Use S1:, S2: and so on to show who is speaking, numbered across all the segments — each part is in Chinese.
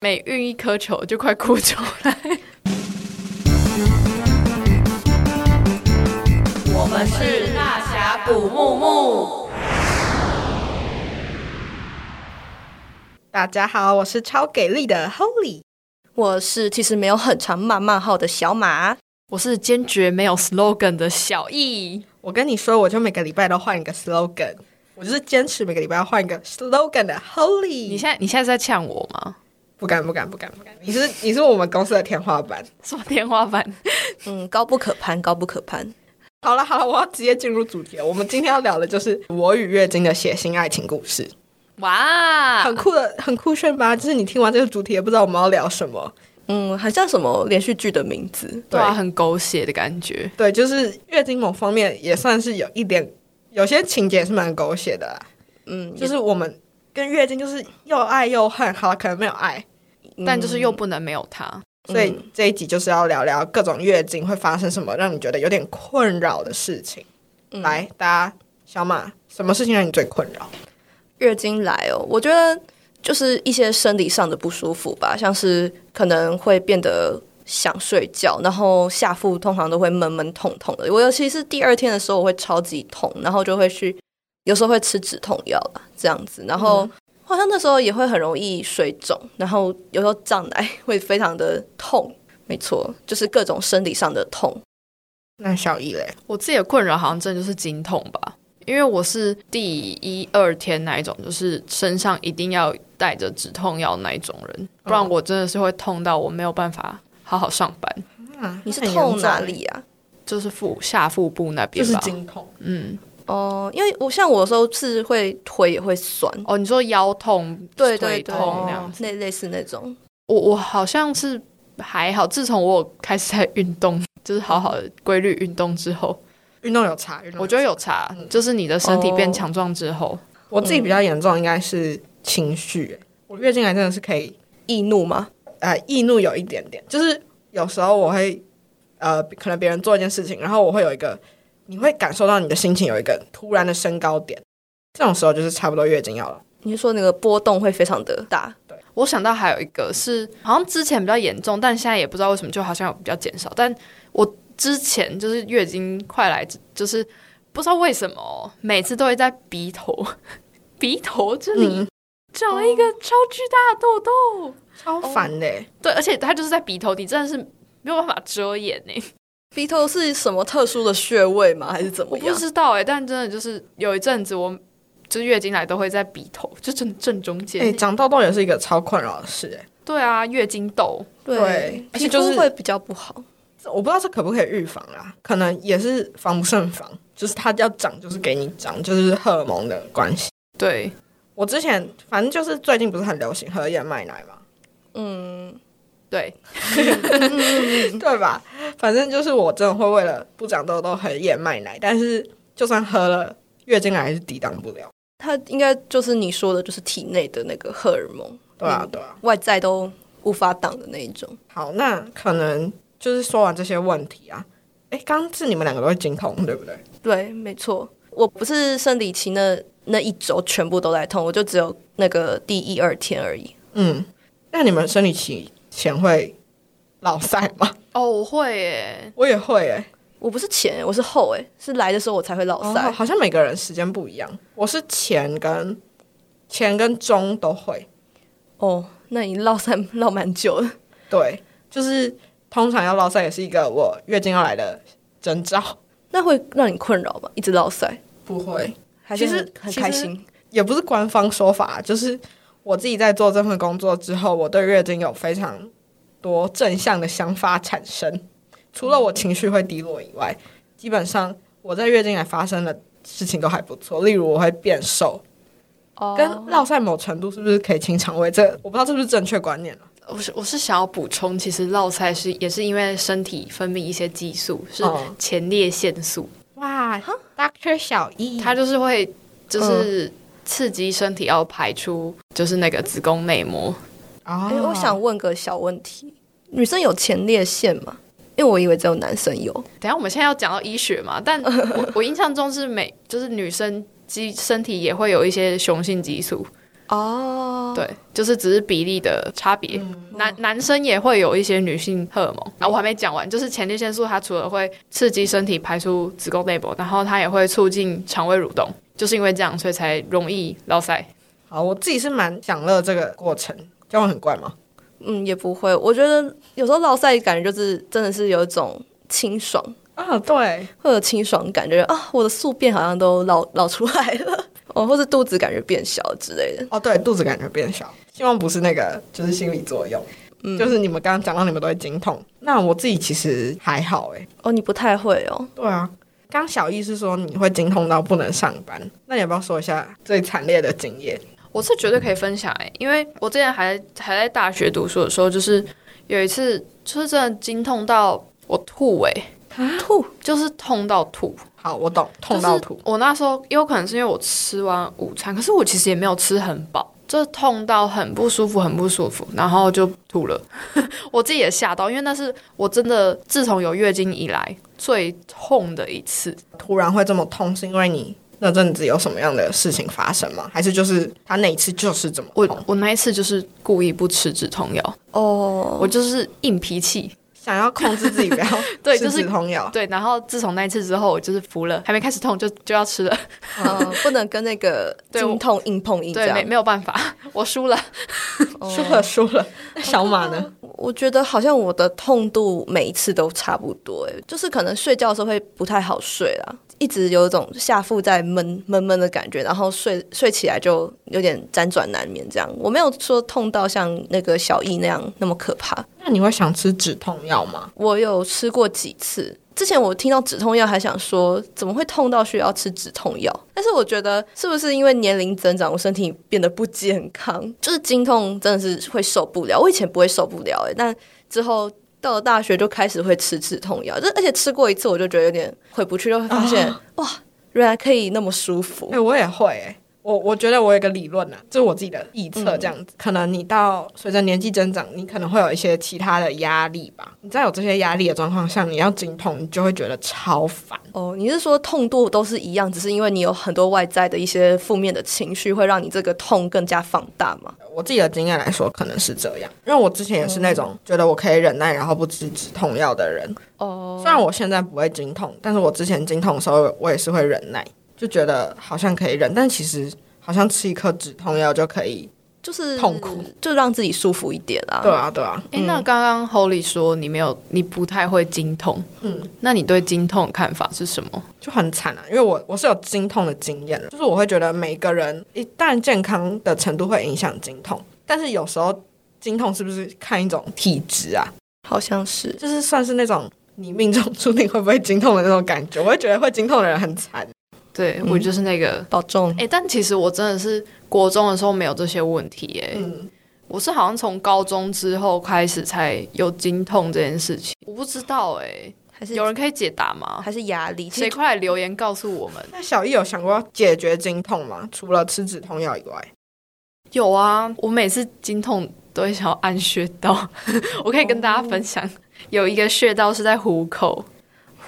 S1: 每运一颗球就快哭出来。
S2: 我们是大峡谷木木。
S3: 大家好，我是超给力的 Holy，
S4: 我是其实没有很长漫漫号的小马。
S1: 我是坚决没有 slogan 的小易。
S3: 我跟你说，我就每个礼拜都换一个 slogan，我就是坚持每个礼拜要换一个 slogan 的 Holy。
S1: 你现在你现在是在呛我吗？
S3: 不敢不敢不敢不敢，你是你是我们公司的天花板。
S1: 什么天花板？
S4: 嗯，高不可攀，高不可攀。
S3: 好了好了，我要直接进入主题了。我们今天要聊的就是我与月经的血腥爱情故事，
S4: 啊
S1: 哇，
S3: 很酷的，很酷炫吧？就是你听完这个主题，也不知道我们要聊什么。
S4: 嗯，好像什么连续剧的名字。
S1: 对啊，
S3: 对
S1: 很狗血的感觉。
S3: 对，就是月经某方面也算是有一点，有些情节是蛮狗血的啊啦。
S4: 嗯，
S3: 就是我们跟月经就是又爱又恨，好了，可能没有爱，
S4: 嗯
S1: 但就是又不能没有他。
S3: 所以这一集就是要聊聊各种月经会发生什么让你觉得有点困扰的事情。
S4: 嗯
S3: 来，大家小马，什么事情让你最困扰？
S4: 月经来哦，我觉得就是一些生理上的不舒服吧，像是可能会变得想睡觉，然后下腹通常都会闷闷痛痛的。我尤其是第二天的时候，我会超级痛，然后就会去，有时候会吃止痛药啦，这样子。然后、好像那时候也会很容易水肿，然后有时候胀奶会非常的痛。没错，就是各种生理上的痛。
S3: 那小易嘞，
S1: 我自己的困扰好像真的就是经痛吧，因为我是第一二天那一种，就是身上一定要带着止痛药那一种人，不然我真的是会痛到我没有办法好好上班，
S3: 啊
S4: 你是痛哪？里啊？
S1: 就是腹下腹部那
S3: 就
S1: 边
S3: 是
S1: 吧。
S3: 经痛，
S1: 嗯，
S4: 哦，因为我像我有时候是会腿也会酸，
S1: 哦，你说腰痛、
S4: 对对
S1: 腿
S4: 对，
S1: 痛那样子。
S4: 哦类类似那种。
S1: 我我好像是还好，自从我有开始在运动， 就是好好的规律运动之后，
S3: 运动有差。
S4: 嗯
S3: 运动有差
S1: 我觉得有差，就是你的身体变强壮之后，
S3: 我自己
S1: 嗯
S3: 比较严重，应该是情绪、欸我月经来真的是可以，
S4: 易怒吗？
S3: 呃，易怒有一点点，就是有时候我会，呃，可能别人做一件事情，然后我会有一个，你会感受到你的心情有一个突然的升高点，这种时候就是差不多月经要了。
S4: 你是说那个波动会非常的大？
S1: 我想到还有一个是，好像之前比较严重，但现在也不知道为什么，就好像有比较减少。但我之前就是月经快来之，就是不知道为什么每次都会在鼻头 鼻头这里
S3: 嗯，
S1: 长了一
S4: 哦
S1: 个超巨大的痘痘。
S3: 超烦的、欸
S1: 对，而且它就是在鼻头底，真的是没有办法遮掩欸 呢、
S4: 鼻头是什么特殊的穴位吗？还是怎
S1: 我
S4: 么
S1: 不
S4: 样？
S1: 知道哎、但真的就是有一阵子我就是月经来都会在鼻头，就正正中间。
S3: 哎、长痘痘也是一个超困扰的事、欸，
S1: 对啊，月经痘。
S3: 对而
S4: 皮
S3: 且就是
S4: 肤会比较不好。
S3: 这我不知道这可不可以预防啊，可能也是防不胜防，就是它要长就是给你长，就是荷尔蒙的关系。
S1: 对，
S3: 我之前反正就是最近不是很流行喝燕麦奶嘛，
S4: 嗯，
S1: 对，
S3: 对吧？反正就是我真的会为了不长痘痘喝燕麦奶，但是就算喝了，月经来还是抵挡不了。
S4: 它应该就是你说的，就是体内的那个荷尔蒙，
S3: 对啊，
S4: 嗯
S3: 对啊。
S4: 外在都无法挡的那一种。
S3: 好，那可能就是说完这些问题啊，哎，刚刚是你们两个都会经痛，对不对？
S4: 对，没错，我不是生理期那那一周全部都在痛，我就只有那个第一二天而已。
S3: 嗯，那你们生理期前会老晒吗？
S1: 哦，我会耶，
S3: 我也会哎、
S4: 我不是前，我是后，哎，是来的时候我才会老塞。
S3: 哦，好像每个人时间不一样。我是前跟前跟中都会，
S4: 哦，那你落散 落蛮久了。
S3: 对，就是通常要落晒也是一个我月经要来的征兆。
S4: 那会让你困扰吗？一直落塞，
S3: 不会，
S4: 还是
S3: 其实
S4: 很很
S3: 其
S4: 开
S3: 实
S4: 心？
S3: 也不是官方说法，就是我自己在做这份工作之后，我对月经有非常多正向的想法产生。除了我情绪会低落以外，基本上我在月经来发生的事情都还不错。例如我会变瘦，
S4: 哦
S3: 跟落晒某程度是不是可以清肠胃？这我不知道是不是正确观念啊
S1: 我是我是想要补充，其实落腮是也是因为身体分泌一些激素，是
S3: 哦
S1: 前列腺素，
S3: 哇，Doctor 小 E 一
S1: 它就是会就是刺激身体要排出就是那个子宫内膜。
S3: 啊
S4: 哎、我
S1: 哦
S4: 想问个小问题：女生有前列腺吗？因为我以为只有男生有。
S1: 等一下我们现在要讲到医学嘛，但我我印象中是每就是女生肌身体也会有一些雄性激素，
S4: 哦，
S1: 对，就是只是比例的差别。男男生也会有一些女性荷尔蒙啊，我还没讲完，就是前列腺素它除了会刺激身体排出子宫内膜，然后它也会促进肠胃蠕动，就是因为这样，所以才容易落塞。
S3: 好，我自己是蛮享乐这个过程，这样很怪吗？
S4: 嗯，也不会。我觉得有时候落赛感觉就是真的是有一种清爽，
S3: 啊，对，
S4: 会有清爽感觉啊，我的宿便好像都落落出来了， 哦，或是肚子感觉变小之类的。
S3: 哦，对，肚子感觉变小，希望不是那个，就是心理作用。
S1: 嗯
S3: 就是你们刚刚讲到你们都会经痛，那我自己其实还好哎、
S4: 哦，你不太会哦。
S3: 对啊，刚小易是说你会经痛到不能上班，那你要不要说一下最惨烈的经验？
S1: 我是绝对可以分享哎、因为我之前还还在大学读书的时候，就是有一次就是真的经痛到我吐哎、
S4: 吐
S1: 就是痛到吐，
S3: 好，我懂，啊痛到吐
S1: 就。是我那时候也有可能是因为我吃完午餐，可是我其实也没有吃很饱，就是痛到很不舒服，很不舒服，然后就吐了。 我自己也吓到，因为那是我真的自从有月经以来最痛的一次。
S3: 突然会这么痛，是因为你那阵子有什么样的事情发生吗？还是就是他那一次就是这么
S1: 我
S3: 痛，
S1: 我那一次就是故意不吃止痛药，
S4: 哦，
S1: 我就是硬脾气。
S3: 想要控制自己不要
S1: 对
S3: 吃
S1: 就是
S3: 止痛药？
S1: 对，然后自从那一次之后，我就是服了，还没开始痛就就要吃了。
S4: 嗯不能跟那个
S1: 对我
S4: 经痛硬碰硬这
S1: 对，
S4: 样
S1: 没。没有办法，我输了。哦
S3: 输了输 了，那小马呢？
S4: 我觉得好像我的痛度每一次都差不多，哎，就是可能睡觉的时候会不太好睡啦，一直有一种下腹在闷闷闷的感觉，然后睡睡起来就有点辗转难眠这样。我没有说痛到像那个小易那样那么可怕，
S3: 那你会想吃止痛药吗？
S4: 我有吃过几次。之前我听到止痛药，还想说怎么会痛到需要吃止痛药？但是我觉得是不是因为年龄增长，我身体变得不健康，就是经痛真的是会受不了。我以前不会受不了、欸，但之后到了大学就开始会吃止痛药，就而且吃过一次我就觉得有点回不去，就会发现、哇，原来可以那么舒服
S3: 哎、。我也会、欸。我我觉得我有一个理论啊，这是我自己的臆测，这样子、可能你到随着年纪增长，你可能会有一些其他的压力吧。你在有这些压力的状况下，你要经痛，你就会觉得超烦。
S4: 哦，你是说痛度都是一样，只是因为你有很多外在的一些负面的情绪，会让你这个痛更加放大吗？
S3: 我自己的经验来说，可能是这样，因为我之前也是那种觉得我可以忍耐，然后不吃止痛药的人。
S4: 哦，
S3: 虽然我现在不会经痛，但是我之前经痛的时候，我也是会忍耐，就觉得好像可以忍，但其实好像吃一颗止痛药就可以。
S4: 就是
S3: 痛苦，
S4: 就让自己舒服一点啊。
S3: 对，啊，对啊，
S1: 哎、那刚刚 Holy 说你没有，你不太会经痛，嗯，那你对经痛的看法是什么？
S3: 就很惨啊，因为我我是有经痛的经验啊了，就是我会觉得每个人一旦健康的程度会影响经痛，但是有时候经痛是不是看一种体质啊？
S4: 好像是。
S3: 就是算是那种你命中注定会不会经痛的那种感觉，我会觉得会经痛的人很惨。
S1: 对、
S4: 嗯
S1: 我就是那个，
S4: 保重
S1: 哎、但其实我真的是国中的时候没有这些问题、耶。
S3: 嗯，
S1: 我是好像从高中之后开始才有经痛这件事情，我不知道、哎，
S4: 还是
S1: 有人可以解答吗？
S4: 还是压力？其
S1: 谁
S4: 实
S1: 快来留言告诉我们？
S3: 那小易有想过要解决经痛吗？除了吃止痛药以外，
S1: 有啊，我每次经痛都会想要按穴道， 我可以跟大家分享。有一个穴道是在虎口，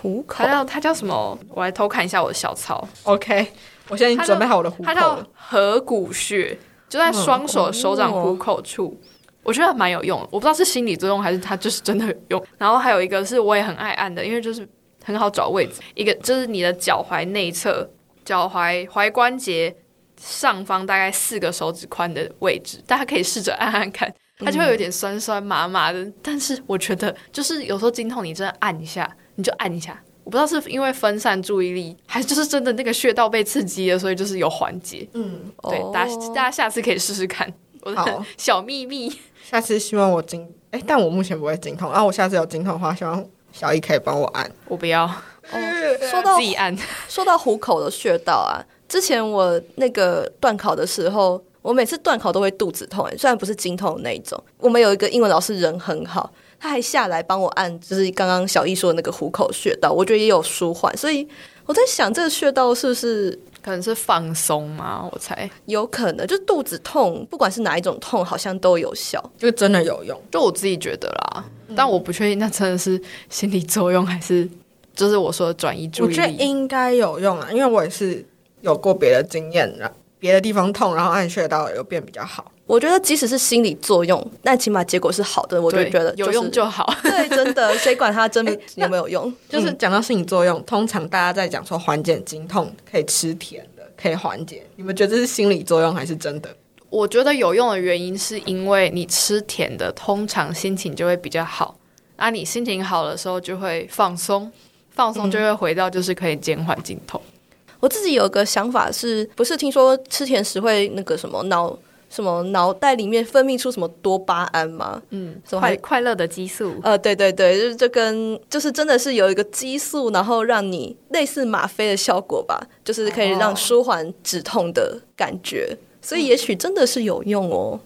S4: 虎
S1: 它
S4: 口
S3: 哎
S1: 叫它叫什么？我来偷看一下我的小抄。
S3: OK，我现在已经准备好我的虎口
S1: 它叫
S3: 了。
S1: 合谷穴，就在双手手掌虎口处。我觉得蛮有用的，我不知道是心理作用还是它就是真的有用。然后还有一个是我也很爱按的，因为就是很好找位置。一个就是你的脚踝内侧、脚踝踝关节上方大概四个手指宽的位置，大家可以试着按按看，它就会有点酸酸麻麻的。但是我觉得就是有时候经痛，你真的按一下，你就按一下。我不知道是因为分散注意力，还是就是真的那个穴道被刺激了，所以就是有缓解。
S3: 嗯，
S1: 对，
S4: 哦
S1: 大家大家下次可以试试看我
S3: 好
S1: 的小秘密。
S3: 下次希望我经哎、但我目前不会经痛啊。我下次有经痛的话，希望小易可以帮我按。
S1: 我不 要哦
S4: 说到
S1: 自己按，
S4: 说到虎口的穴道啊，之前我那个断考的时候，我每次断考都会肚子痛、欸，虽然不是经痛的那一种。我们有一个英文老师人很好，他还下来帮我按，就是刚刚小易说的那个虎口穴道，我觉得也有舒缓。所以我在想，这个穴道是不是
S1: 可能是放松嘛，我猜。
S4: 有可能，就肚子痛，不管是哪一种痛，好像都有效。
S3: 就真的有用，
S1: 就我自己觉得啦，但我不确定那真的是心理作用还是就是我说的转移
S3: 我
S1: 注意
S3: 觉得
S1: 力。
S3: 应该有用啊，因为我也是有过别的经验啦，别的地方痛，然后按穴道有变比较好。
S4: 我觉得即使是心理作用，但起码结果是好的，我就
S1: 对
S4: 觉得、
S1: 有用就好。
S4: 对，真的，谁管它真的有没有用？
S3: 就是讲到心理作用，通常大家在讲说缓解经痛，可以吃甜的，可以缓解。你们觉得这是心理作用还是真的？
S1: 我觉得有用的原因是因为你吃甜的，通常心情就会比较好。啊，你心情好的时候就会放松，放松就会回到就是可以减缓经痛。
S4: 我自己有个想法是，不是听说吃甜食会那个什么脑什么脑袋里面分泌出什么多巴胺吗？
S1: 嗯，
S4: 什么还
S1: 快快乐的激素。
S4: 呃，对对对，就是这跟就是真的是有一个激素，然后让你类似吗啡的效果吧，就是可以
S1: 哦
S4: 让舒缓止痛的感觉，所
S1: 嗯
S4: 以也许真的是有用哦。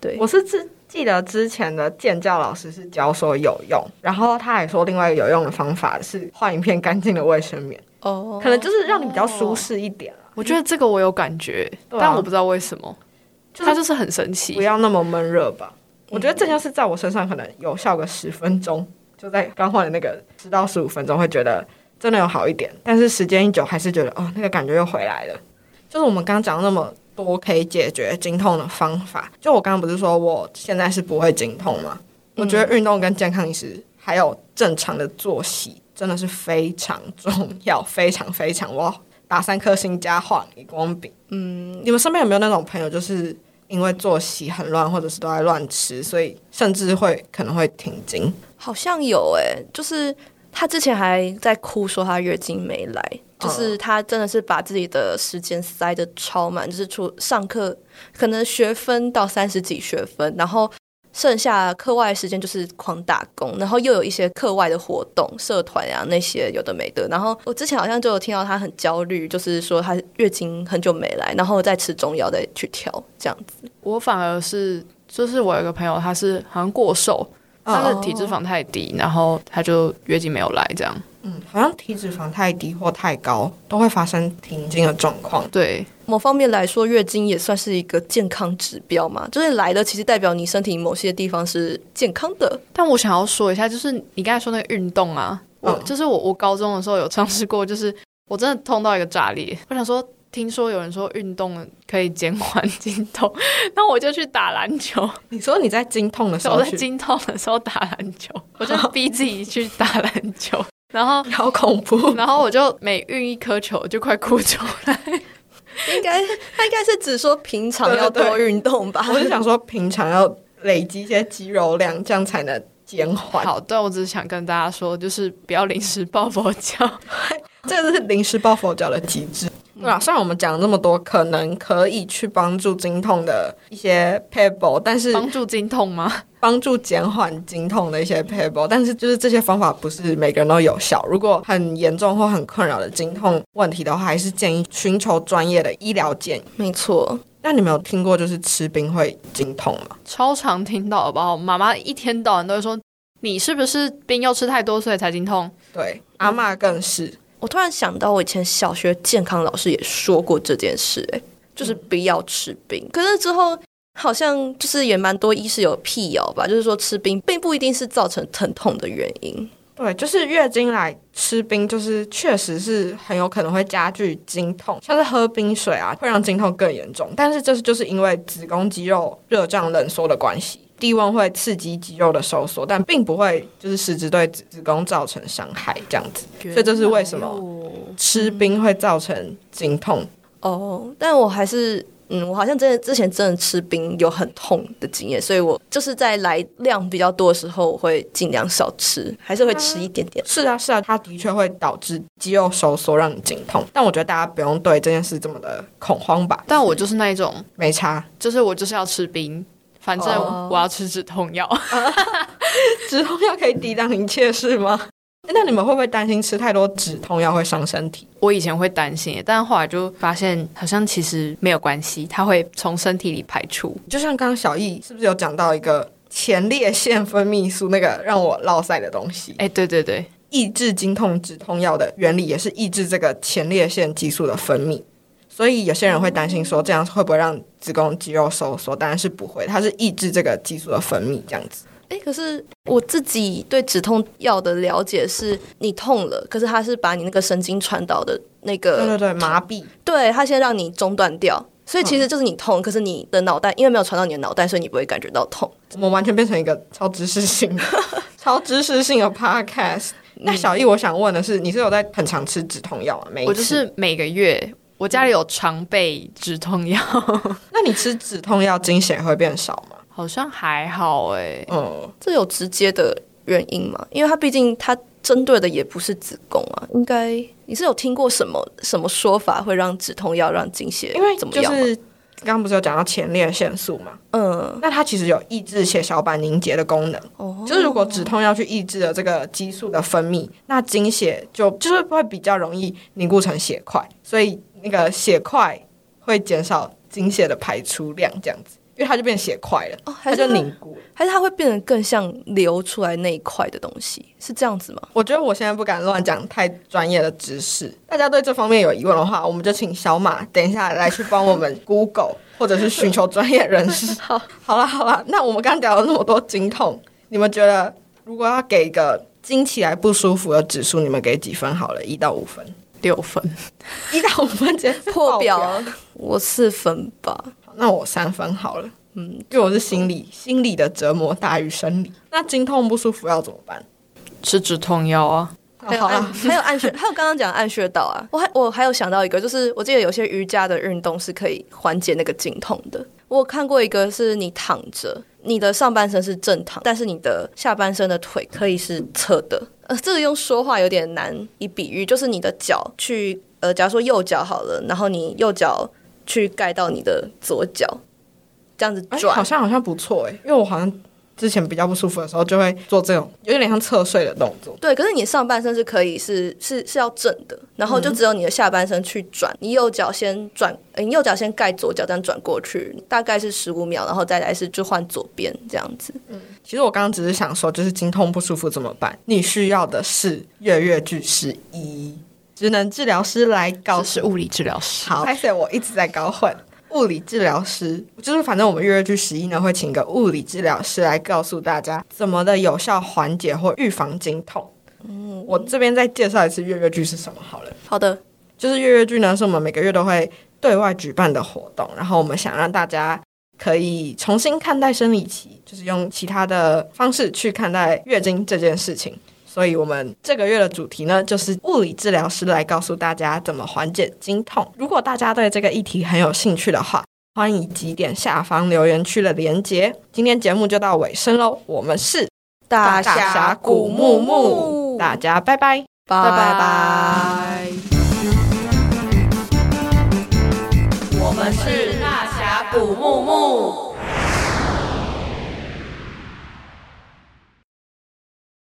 S4: 对
S3: 我是记记得之前的建教老师是教说有用，然后他还说另外一个有用的方法是换一片干净的卫生棉，
S4: 哦
S3: 可能就是让你比较舒适一点啊
S1: 我觉得这个我有感觉，
S3: 对啊
S1: 但我不知道为什么，
S3: 就是
S1: 它就是很神奇
S3: 不。要那么闷热吧。我觉得这就是在我身上可能有效个十分钟，就在刚换的那个十到十五分钟会觉得真的有好一点，但是时间一久还是觉得哦那个感觉又回来了。就是我们刚刚讲那么多可以解决经痛的方法，就我刚刚不是说我现在是不会经痛吗？我觉得运动跟健康饮食还有正常的作息真的是非常重要，非常非常。我要打三颗星加画荧光笔。嗯，你们身边有没有那种朋友，就是因为作息很乱，或者是都在乱吃，所以甚至会可能会停经？
S4: 好像有诶、就是她之前还在哭说她月经没来，就是她真的是把自己的时间塞得超满，就是除上课可能学分到三十几学分，然后剩下课外时间就是狂打工，然后又有一些课外的活动、社团啊那些有的没的。然后我之前好像就有听到她很焦虑，就是说她月经很久没来，然后再吃中药再去调这样子。
S1: 我反而是，就是我有一个朋友，他是好像过瘦，他的
S3: 嗯
S1: 体脂肪太低，然后他就月经没有来，这样。
S3: 嗯，好像体脂肪太低或太高都会发生停经的状况。
S1: 对，
S4: 某方面来说，月经也算是一个健康指标嘛，就是来了，其实代表你身体某些地方是健康的。
S1: 但我想要说一下，就是你刚才说那个运动啊，我、
S3: 嗯
S1: 就是我，我高中的时候有尝试过，就是我真的痛到一个炸裂。我想说，听说有人说运动可以减缓经痛， 那我就去打篮球。
S3: 你说你在经痛的时
S1: 就我
S3: 候
S1: 在
S3: 去，
S1: 经痛的时候打篮球，我就逼自己去打篮 球，然后
S3: 好恐怖！
S1: 然后我就每运一颗球就快哭出来。
S4: 应 该，它应该是指说平常要
S3: 对对
S4: 多运动吧。
S3: 我就想说，平常要累积一些肌肉量，这样才能减缓。
S1: 好，对我只是想跟大家说，就是不要临时抱佛 脚。
S3: 这个是临时抱佛脚的极致。对啊，虽然我们讲了那么多可能可以去帮助经痛的一些 pebble，但是
S1: 帮助经痛吗？
S3: 帮助减缓经痛的一些 pebble，但是就是这些方法不是每个人都有效。如果很严重或很困扰的经痛问题的话，还是建议寻求专业的医疗建议。
S4: 没错，
S3: 那你们有听过就是吃冰会经痛吗？
S1: 超常听到好不好？妈妈一天到晚都会说，你是不是冰又吃太多，所以才经痛？
S3: 对，阿嬷更是。
S4: 我突然想到，我以前小学健康老师也说过这件事、哎，就是不要吃冰。可是之后好像就是也蛮多医师有辟谣吧，就是说吃冰并不一定是造成疼痛的原因。
S3: 对，就是月经来吃冰，就是确实是很有可能会加剧经痛，像是喝冰水啊，会让经痛更严重。但是这是就是因为子宫肌肉热胀冷缩的关系，低温会刺激肌肉的收缩，但并不会就是实质对子子宫造成伤害这样子。所以这是为什
S1: 哦
S3: 么吃冰会造成经痛。
S4: 哦，但我还是。嗯，我好像真的之前真的吃冰有很痛的经验，所以我就是在来量比较多的时候，我会尽量少吃，还是会吃一点点。
S3: 是啊，是啊，它的确会导致肌肉收缩，让你经痛。但我觉得大家不用对这件事这么的恐慌吧，
S1: 但我就是那一种，
S3: 没差。
S1: 就是我就是要吃冰，反正
S4: 哦
S1: 我要吃止痛 药。
S3: 止痛药可以抵挡一切是吗？ 诶那你们会不会担心吃太多止痛药会伤身体？
S1: 我以前会担心，但后来就发现好像其实没有关系，它会从身体里排出。
S3: 就像刚刚小易是不是有讲到一个前列腺分泌素那个让我落塞的东西？
S1: 哎、对对对，
S3: 抑制经痛止痛药的原理也是抑制这个前列腺激素的分泌，所以有些人会担心说这样会不会让子宫肌肉收缩？当然是不会，它是抑制这个激素的分泌这样子。
S4: 哎、可是我自己对止痛药的了解是，你痛了，可是它是把你那个神经传导的那个，
S3: 对对对，麻痹。
S4: 对它先让你中断掉，所以其实
S3: 嗯
S4: 就是你痛，可是你的脑袋因为没有传到你的脑袋，所以你不会感觉到痛。
S3: 我们完全变成一个超知识性的、超知识性的 podcast。那小易，我想问的是，你是有在很常吃止痛药吗？每一
S1: 我就
S3: 次
S1: 是每个月我家里有常备止痛药，
S3: 那你吃止痛药经血会变少吗？
S1: 好像还好哎、
S3: 嗯，
S4: 这有直接的原因吗？因为它毕竟它针对的也不是子宫啊，应该你是有听过什么什么说法会让止痛药让经血
S3: 因为
S4: 怎么
S3: 就
S4: 样吗？
S3: 是刚刚不是有讲到前列腺素嘛？
S4: 嗯，
S3: 那它其实有抑制血小板凝结的功能。
S4: 哦，
S3: 就是如果止痛药去抑制了这个激素的分泌，那经血就就是会比较容易凝固成血块，所以那个血块会减少经血的排出量，这样子，因为它就变血块了，
S4: 哦，还
S3: 它
S4: 是
S3: 就
S4: 它
S3: 凝固了。
S4: 还是它会变得更像流出来那一块的东西，是这样子吗？
S3: 我觉得我现在不敢乱讲太专业的知识，大家对这方面有疑问的话，我们就请小马等一下来去帮我们 Google 或者是寻求专业人士。 好，好了好了，那我们刚刚聊了那么多经痛，你们觉得如果要给一个经起来不舒服的指数，你们给几分好了？一到五 分，
S1: 六分。
S3: 一到五分直接
S4: 破
S3: 表。
S4: 表，我四分吧。
S3: 好那我三分好了，
S4: 嗯，
S3: 因为我是心理心理的折磨大于生理。那经痛不舒服要怎么办？
S1: 吃止痛药啊，
S4: 还有
S3: 哦好
S4: 按
S3: 了，
S4: 还有按穴，还有刚刚讲按穴道啊，我还我还有想到一个，就是我记得有些瑜伽的运动是可以缓解那个经痛的。我有看过一个是你躺着，你的上半身是正躺，但是你的下半身的腿可以是侧的。呃，这个用说话有点难以比喻，就是你的脚去，呃，假如说右脚好了，然后你右脚去盖到你的左脚，这样子
S3: 哎，
S4: 转
S3: 好，像好像不错哎，因为我好像之前比较不舒服的时候就会做这种有点像侧睡的动作。
S4: 对，可是你上半身是可以是是是要正的，然
S3: 嗯
S4: 后就只有你的下半身去转，你右脚先转，呃你右脚先盖左脚，这样转过去，大概是十五秒，然后再来是就换左边这样子。
S3: 其实我刚刚只是想说，就是经痛不舒服怎么办？你需要的是月月剧十一职能治疗师来告
S1: 我
S3: 诉
S1: 是物理治疗师。
S3: 好，拍摄我一直在搞混。物理治疗师就是，反正我们月月剧十一呢会请个物理治疗师来告诉大家怎么的有效缓解或预防经痛。嗯，我这边再介绍一次月月剧是什么好了。
S4: 好的，
S3: 就是月月剧呢，是我们每个月都会对外举办的活动，然后我们想让大家可以重新看待生理期，就是用其他的方式去看待月经这件事情。所以我们这个月的主题呢，就是物理治疗师来告诉大家怎么缓解经痛。如果大家对这个议题很有兴趣的话，欢迎几点下方留言区的连结。今天节目就到尾声喽，我们是
S4: 大
S3: 峡谷木木，大家拜拜。
S4: 拜
S1: 拜
S4: 拜
S1: 拜。
S2: 我们是